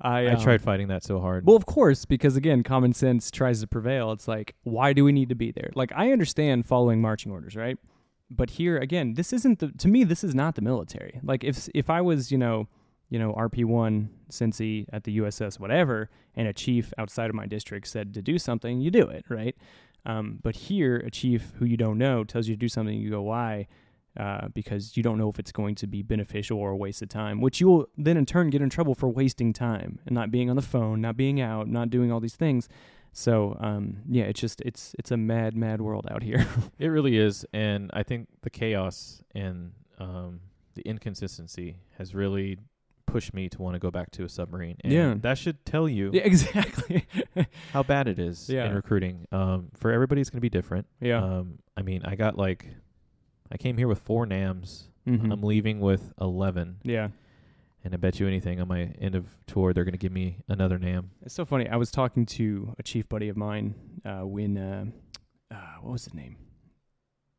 S1: I,
S3: I
S1: um,
S3: tried fighting that so hard.
S1: Well, of course, because again, common sense tries to prevail. It's like, why do we need to be there? Like, I understand following marching orders, right? But here again, this isn't the to me. This is not the military. Like, if if I was, you know, you know, RP one Cincy at the USS, whatever, and a chief outside of my district said to do something, you do it, right? Um, but here, a chief who you don't know tells you to do something, you go, why? Uh, because you don't know if it's going to be beneficial or a waste of time, which you will then in turn get in trouble for wasting time and not being on the phone, not being out, not doing all these things. So um, yeah, it's just it's it's a mad mad world out here. [LAUGHS]
S3: It really is, and I think the chaos and um, the inconsistency has really pushed me to want to go back to a submarine. And
S1: Yeah.
S3: that should tell you
S1: yeah, exactly. [LAUGHS]
S3: how bad it is
S1: Yeah.
S3: in recruiting. Um, for everybody, it's going to be different.
S1: yeah.
S3: Um, I mean, I got like, I came here with four NAMs.
S1: Mhm.
S3: I'm leaving with eleven,
S1: yeah.
S3: and I bet you anything on my end of tour, they're going to give me another NAM.
S1: It's so funny. I was talking to a chief buddy of mine uh, when, uh, uh, what was his name?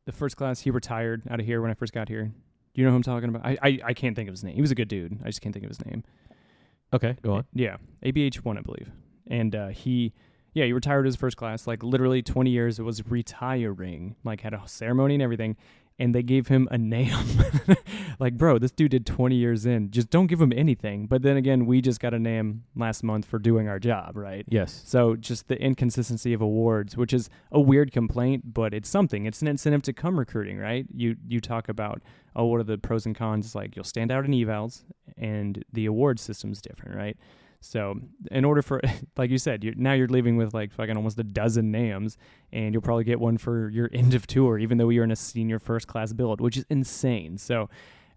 S1: The first class, he retired out of here when I first got here. Do you know who I'm talking about? I, I, I can't think of his name. He was a good dude. I just can't think of his name.
S3: Okay, go on.
S1: Yeah, ABH1, I believe. And uh, he, yeah, he retired his first class, like literally 20 years. It was retiring, like had a ceremony and everything. And they gave him a NAM. [LAUGHS] like, bro, this dude did 20 years in. Just don't give him anything. But then again, we just got a NAM last month for doing our job, right?
S3: Yes,
S1: So just the inconsistency of awards, which is a weird complaint, but it's something. It's an incentive to come recruiting, right? You you talk about oh, what are the pros and cons? It's like you'll stand out in evals, and the award system's different, right? So in order for, [LAUGHS] like you said, you're, now you're leaving with like fucking almost a dozen names, and you'll probably get one for your [LAUGHS] end of tour, even though you're in a senior first class build, which is insane. So.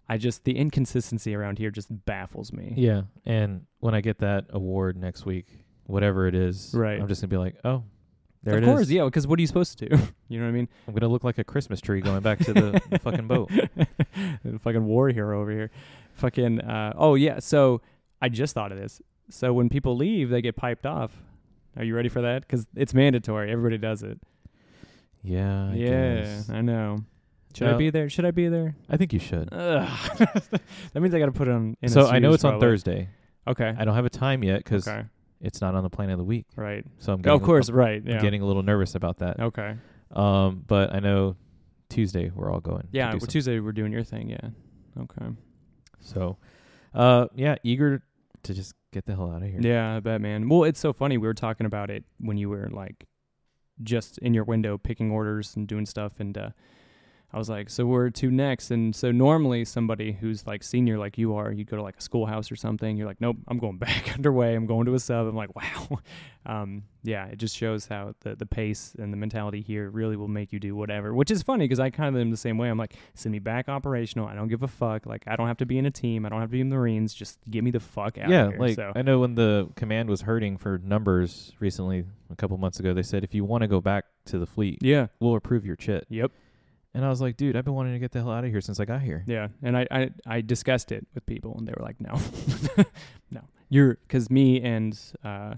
S1: I just the inconsistency around here just baffles me.
S3: yeah. And when I get that award next week, whatever it is,
S1: Right.
S3: I'm just going to be like, oh, there
S1: of
S3: it is.
S1: course, yeah, because what are you supposed to do? [LAUGHS] you know what I mean?
S3: I'm gonna look like a Christmas tree going back to the,
S1: [LAUGHS]
S3: the fucking boat.
S1: The fucking war hero over here. Fucking uh, oh yeah. So I just thought of this. So when people leave, they get piped off. Are you ready for that? Because it's mandatory. Everybody does it.
S3: Yeah. I
S1: yeah,
S3: guess.
S1: I know. Should I
S3: No.
S1: be there? Should I be there?
S3: I think you should.
S1: Ugh. [LAUGHS] that means I got to put on. In
S3: so I know it's on
S1: probably.
S3: Thursday.
S1: Okay.
S3: I don't have a time yet because
S1: Okay.
S3: it's not on the plan of the week.
S1: Right.
S3: So I'm
S1: Oh,
S3: getting,
S1: of course.
S3: I'm
S1: Right. Yeah.
S3: getting a little nervous about that.
S1: Okay.
S3: Um, but I know Tuesday we're all going. to
S1: Yeah.
S3: do
S1: well,
S3: something.
S1: Tuesday we're doing your thing. Yeah. Okay.
S3: So, uh, yeah, eager to just get the hell out of here.
S1: Yeah, I bet, man. Well, it's so funny. We were talking about it when you were like just in your window picking orders and doing stuff, and uh, I was like, "So where to next?" And so normally somebody who's like senior, like you are, you'd go to like a schoolhouse or something. You're like, "Nope, I'm going [LAUGHS] back underway. I'm going to a sub." I'm like, "Wow." [LAUGHS] Um, yeah, it just shows how the the pace and the mentality here really will make you do whatever, which is funny because I kind of am the same way. I'm like, "Send me back operational. I don't give a fuck. Like, I don't have to be in a team. I don't have to be in the Marines. Just get me the fuck out."
S3: Yeah,
S1: of here.
S3: like
S1: so.
S3: I know when the command was hurting for numbers recently, a couple months ago, they said if you want to go back to the fleet,
S1: Yeah.
S3: we'll approve your chit.
S1: Yep.
S3: And I was like, dude, I've been wanting to get the hell out of here since I got here.
S1: Yeah. And I, I, I discussed it with people, and they were like, no, [LAUGHS] no. You're, because me and uh,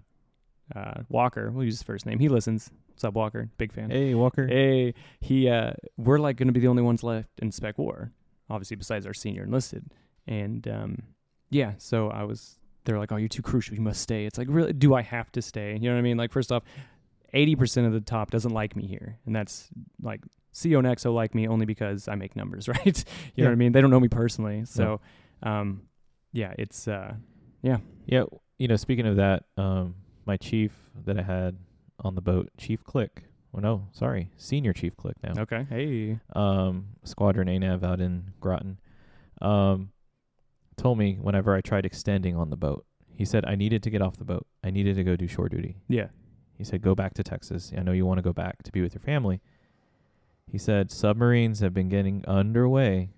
S1: uh, Walker, we'll use his first name. He listens. What's up, Walker? Big fan.
S3: Hey, Walker.
S1: Hey, he, uh, we're like going to be the only ones left in Spec War, obviously, besides our senior enlisted. And um, yeah, so I was, they're like, oh, you're too crucial. You must stay. It's like, really, do I have to stay? You know what I mean? Like, first off, eighty percent of the top doesn't like me here, and that's like CO and XO like me only because I make numbers, [LAUGHS] right? you
S4: Yeah.
S1: know what I mean? They don't know me personally, so um, yeah, it's uh,
S3: Yeah, you know, speaking of that, um, my chief that I had on the boat, Chief Click. Oh no, sorry, Senior Chief Click now.
S1: okay. Hey,
S3: Um, Squadron ANAV out in Groton. Um, told me whenever I tried extending on the boat, he said I needed to get off the boat. I needed to go do shore duty.
S1: yeah,
S3: He said, "Go back to Texas. I know you want to go back to be with your family." He said, "Submarines have been getting underway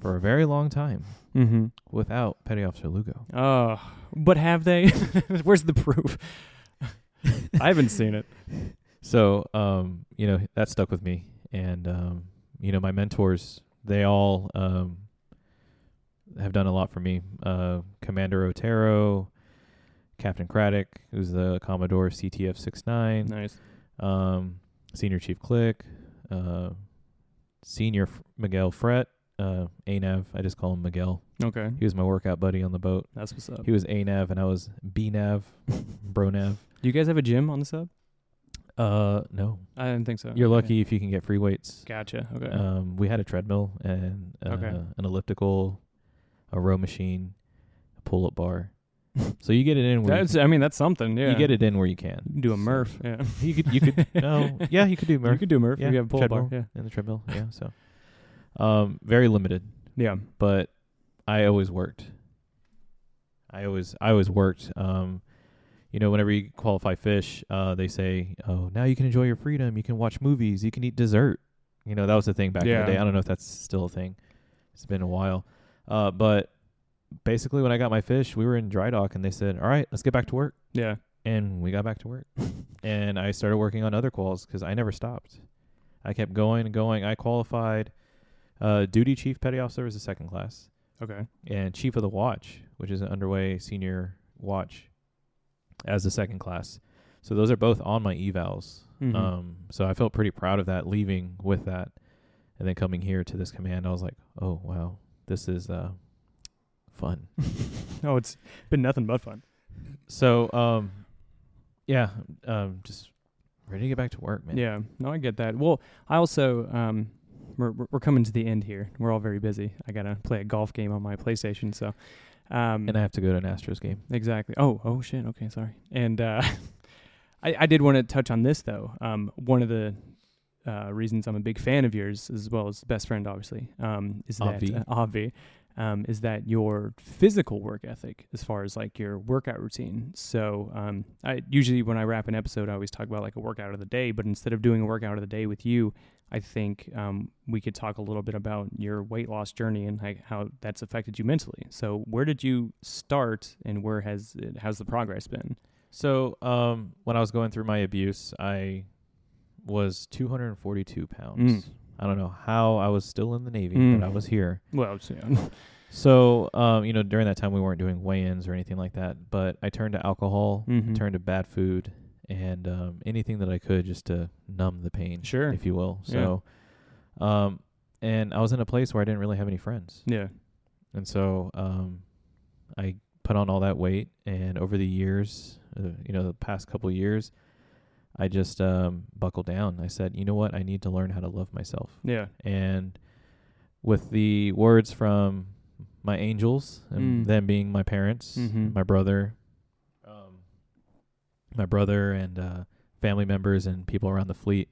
S3: for a very long time
S1: mm-hmm.
S3: without Petty Officer Lugo."
S1: Oh, but have they? [LAUGHS] Where's the proof? [LAUGHS] I haven't seen it.
S3: So, um, you know, that stuck with me. And, um, you know, my mentors, they all um, have done a lot for me. Uh, Commander Otero, Captain Craddock, who's the Commodore of CTF 69,
S1: Nice.
S3: um, Senior Chief Click, uh, Senior F- Miguel Fret, uh, ANAV. I just call him Miguel.
S1: Okay,
S3: He was my workout buddy on the boat.
S1: that's what's up.
S3: He [LAUGHS] was ANAV, and I was BNAV, BroNav.
S1: Do you guys have a gym on the sub?
S3: Uh, no.
S1: I didn't think so.
S3: You're
S1: Okay.
S3: lucky if you can get free weights.
S1: Gotcha. Okay.
S3: Um, we had a treadmill and uh,
S1: Okay.
S3: an elliptical, a row machine, a
S1: [LAUGHS]
S3: pull-up bar. so you get it in where you,
S1: that's. I mean, that's something.
S3: can-
S1: Yeah.
S3: you get it in where you can.
S1: You can do a Murph. Yeah.
S3: [LAUGHS] You
S1: [LAUGHS]
S3: could, you could, no, yeah, you could do Murph
S1: You could do Murph.
S3: Yeah,
S1: You have a pull bar. Yeah.
S3: treadmill. in the treadmill. Yeah, so um, very limited,
S1: Yeah.
S3: but I always worked. I always, I always worked. Um, you know, whenever you qualify fish, uh, they say, "Oh, now you can enjoy your freedom. You can watch movies. You can eat dessert." You know, that was the thing back in
S1: Yeah.
S3: the day. I don't know if that's still a thing. It's been a while, uh, but basically, when I got my fish, we were in dry dock, and they said, "All right, let's get back to work."
S1: Yeah.
S3: and we got back to work. and I started working on other quals because I never stopped. I kept going and going. I qualified uh, duty chief petty officer was the second class,
S1: Okay.
S3: and chief of the watch, which is an underway senior watch, as the second class. So those are both on my evals.
S1: Mhm.
S3: Um, so I felt pretty proud of that, leaving with that, and then coming here to this command. I was like, oh wow, this is uh, fun.
S1: No, Oh, it's been nothing but fun.
S3: So, um, yeah, um, just ready to get back to work, man.
S1: Yeah. No, I get that. Well, I also um, we're we're we're coming to the end here. We're all very busy. I gotta play a golf game on my PlayStation. So. Um,
S3: And I have to go to an Astros game.
S1: Exactly. Oh, oh shit. Okay, sorry. And uh, [LAUGHS] I, I did want to touch on this though. Um, one of the uh, reasons I'm a big fan of yours, as well as best friend, obviously, um, is that
S3: Avi.
S1: uh, Avi, um, is that your physical work ethic as far as like your workout routine. So um, I usually when I wrap an episode, I always talk about like a workout of the day. But instead of doing a workout of the day with you, I think um, we could talk a little bit about your weight loss journey and like how that's affected you mentally. So where did you start, and where has it, how's the progress been?
S3: So, um, when I was going through my abuse, I was 242 pounds. I don't know how I was still in the Navy,
S1: Mm.
S3: but I was here.
S1: Well, it's,
S3: [LAUGHS]
S1: yeah.
S3: So, um, you know, during that time, we weren't doing weigh ins or anything like that, but I turned to alcohol,
S1: Mhm.
S3: turned to bad food, and um, anything that I could just to numb the pain,
S1: Sure.
S3: if you will.
S1: Yeah.
S3: So, um, and I was in a place where I didn't really have any friends.
S1: yeah,
S3: And so um, I put on all that weight, and over the years, uh, you know, the past couple of years, I just um, buckled down. I said, you know what? I need to learn how to love myself.
S1: yeah,
S3: And with the words from my angels, and
S1: Mm.
S3: them being my parents,
S1: Mhm.
S3: my brother, um, my brother, and uh, family members and people around the fleet,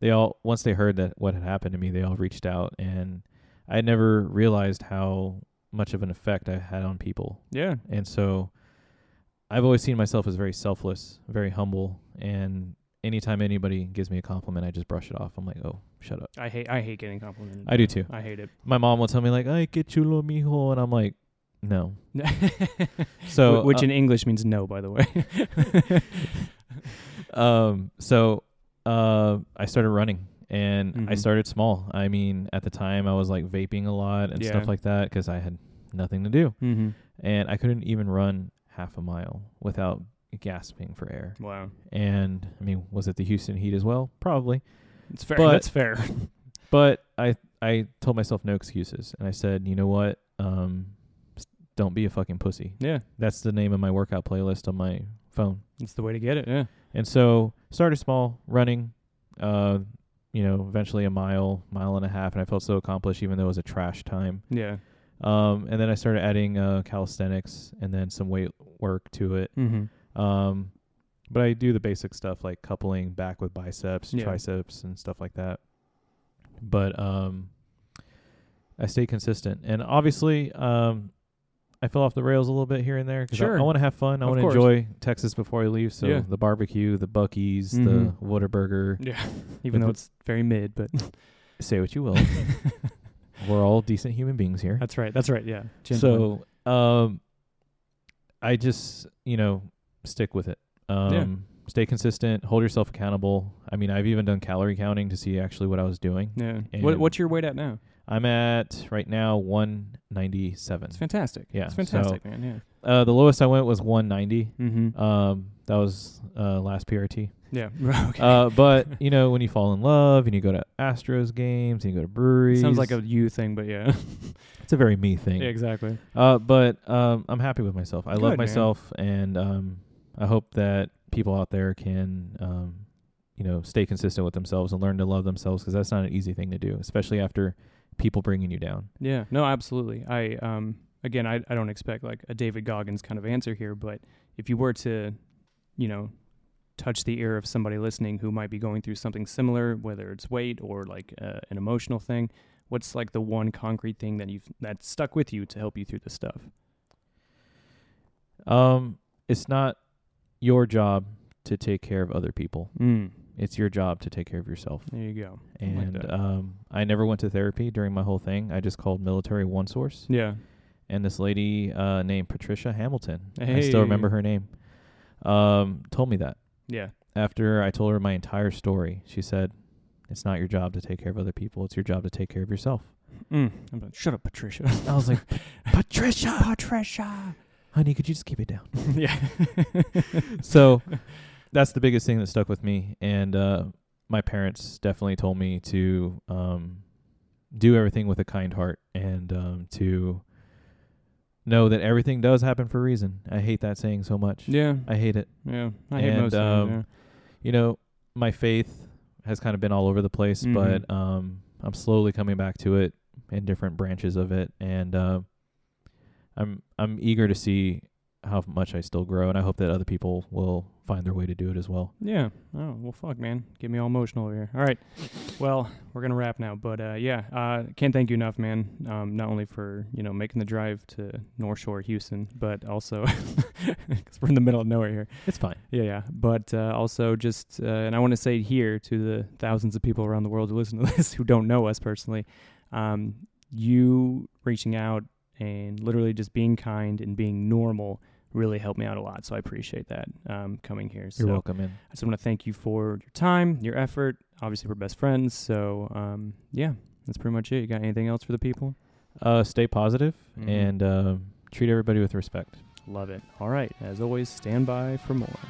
S3: they all once they heard that what had happened to me, they all reached out, and I had never realized how much of an effect I had on people,
S1: yeah.
S3: and so I've always seen myself as very selfless, very humble, and anytime anybody gives me a compliment, I just brush it off. I'm like, oh, shut up.
S1: I hate I hate getting complimented.
S3: I do too.
S1: I hate
S3: [LAUGHS]
S1: it.
S3: My mom will tell me like, "Ay, qué chulo, mijo," and I'm like, "No."
S1: So,
S3: So,
S1: which
S3: uh,
S1: in English means no, by
S3: [LAUGHS]
S1: the way.
S3: um, so uh, I started running and I
S1: Mhm.
S3: started small. I mean, at the time I was like vaping a lot and
S1: Yeah.
S3: stuff like that because I had nothing to do
S1: mm-hmm.
S3: and I couldn't even run half a mile without gasping for air.
S1: Wow,
S3: And I mean, was it the Houston heat as well? Probably.
S1: it's fair.
S3: But-
S1: that's fair.
S3: But I I told myself no excuses and I said, "You know what? Um s- don't be a fucking pussy.
S1: yeah,
S3: That's the name of my workout playlist on my phone.
S1: it's the way to get it. Yeah,
S3: And so started small, running, uh, you know, eventually a mile, mile and a half, and I felt so accomplished, even though it was a trash time.
S1: Yeah.
S3: Um, and then I started adding uh, calisthenics and then some weight work to it.
S1: Mm-hmm.
S3: Um, but I do the basic stuff like coupling back with biceps,
S1: Yeah.
S3: triceps, and stuff like that. But um, I stay consistent, and obviously, um, I fell off the rails a little bit here and there because
S1: Sure.
S3: I, want to have fun. I
S1: Of
S3: want to
S1: course.
S3: enjoy Texas before I leave. So
S1: Yeah.
S3: the barbecue, the Buckies,
S1: Mhm.
S3: the Whataburger.
S1: Yeah. Even
S3: But
S1: though
S3: the-
S1: it's very mid,
S3: [LAUGHS]
S1: but
S3: Say what you
S1: [LAUGHS]
S3: will, we're all decent human beings here.
S1: that's right. That's right. Yeah. Gentlemen.
S3: So um, I just you know stick with it. Um, Stay consistent. Hold yourself accountable. I mean, I've even done calorie counting to see actually what I was doing.
S1: Yeah. What,
S3: and-
S1: what's your weight at now?
S3: I'm at right now 197.
S1: It's fantastic.
S3: Yeah,
S1: It's
S3: so-
S1: fantastic, man.
S3: Uh, the lowest I went was 190.
S1: Yeah. Mm-hmm.
S3: Um, that was uh, last PRT.
S1: yeah. [LAUGHS] okay.
S3: Uh, but you know when you fall in love and you go to Astros games and you go to breweries,
S1: Sounds like a you thing, but
S3: [LAUGHS]
S1: yeah.
S3: it's a very me thing.
S1: yeah. Exactly.
S3: Uh, but um, I'm happy with myself. I
S1: Good, man.
S3: love myself, and um, I hope that people out there can, um, you know, stay consistent with themselves and learn to love themselves because that's not an easy thing to do, especially after people bringing you down.
S1: Yeah, no, absolutely. I um again, I I don't expect like a David Goggins kind of answer here, but if you were to, you know, touch the ear of somebody listening who might be going through something similar, whether it's weight or like uh, an emotional thing, what's like the one concrete thing that you've that stuck with you to help you through this stuff?
S3: Um, it's not your job to take care of other people.
S1: Mm.
S3: It's your job to take care of yourself.
S1: There you go. I like
S3: And
S1: that.
S3: um, I never went to therapy during my whole thing. I just called military one source.
S1: yeah,
S3: and this lady uh, named Patricia Hamilton. I still
S1: Hey.
S3: remember her name. Um, told me that
S1: yeah,
S3: after I told her my entire story. She said, "It's not your job to take care of other people. It's your job to take care of yourself."
S1: mm. I'm like, shut up,
S3: [LAUGHS]
S1: Patricia.
S3: I was like, "Patricia, Patricia, honey, could you just keep it down?"
S1: [LAUGHS] yeah,
S3: so that's the biggest thing that stuck with me, and uh, my parents definitely told me to um, do everything with a kind heart and um, to know that everything does happen for a reason. I hate that saying so much.
S1: yeah,
S3: I hate it.
S1: yeah. I hate
S3: And,
S1: most
S3: um,
S1: things.
S3: You know, my faith has kind of been all over the place,
S1: Mhm.
S3: but um, I'm slowly coming back to it in different branches of it, and uh, I'm I'm eager to see how much I still grow, and I hope that other people will find their way to do it as well.
S1: Yeah. Oh well, fuck, man. Get me all emotional over here. All right. Well, we're gonna wrap now, but uh, yeah, uh, can't thank you enough, man. Um, not only for you know making the drive to North Shore, Houston, but also [LAUGHS] because we're in the middle of nowhere here.
S3: It's fine.
S1: Yeah, yeah. But uh, also just, uh, and I want to say here to the thousands of people around the world who listen to [LAUGHS] this who don't know us personally, um, you reaching out and literally just being kind and being normal really helped me out a lot. So I appreciate that um, coming here.
S3: You're
S1: so,
S3: welcome in.
S1: I just want to thank you for your time, your effort. Obviously, we're best friends. So, um, yeah, that's pretty much it. You got anything else for the people?
S3: Uh, stay positive
S1: Mhm.
S3: and um treat everybody with respect.
S1: Love it. All right. As always, stand by for more.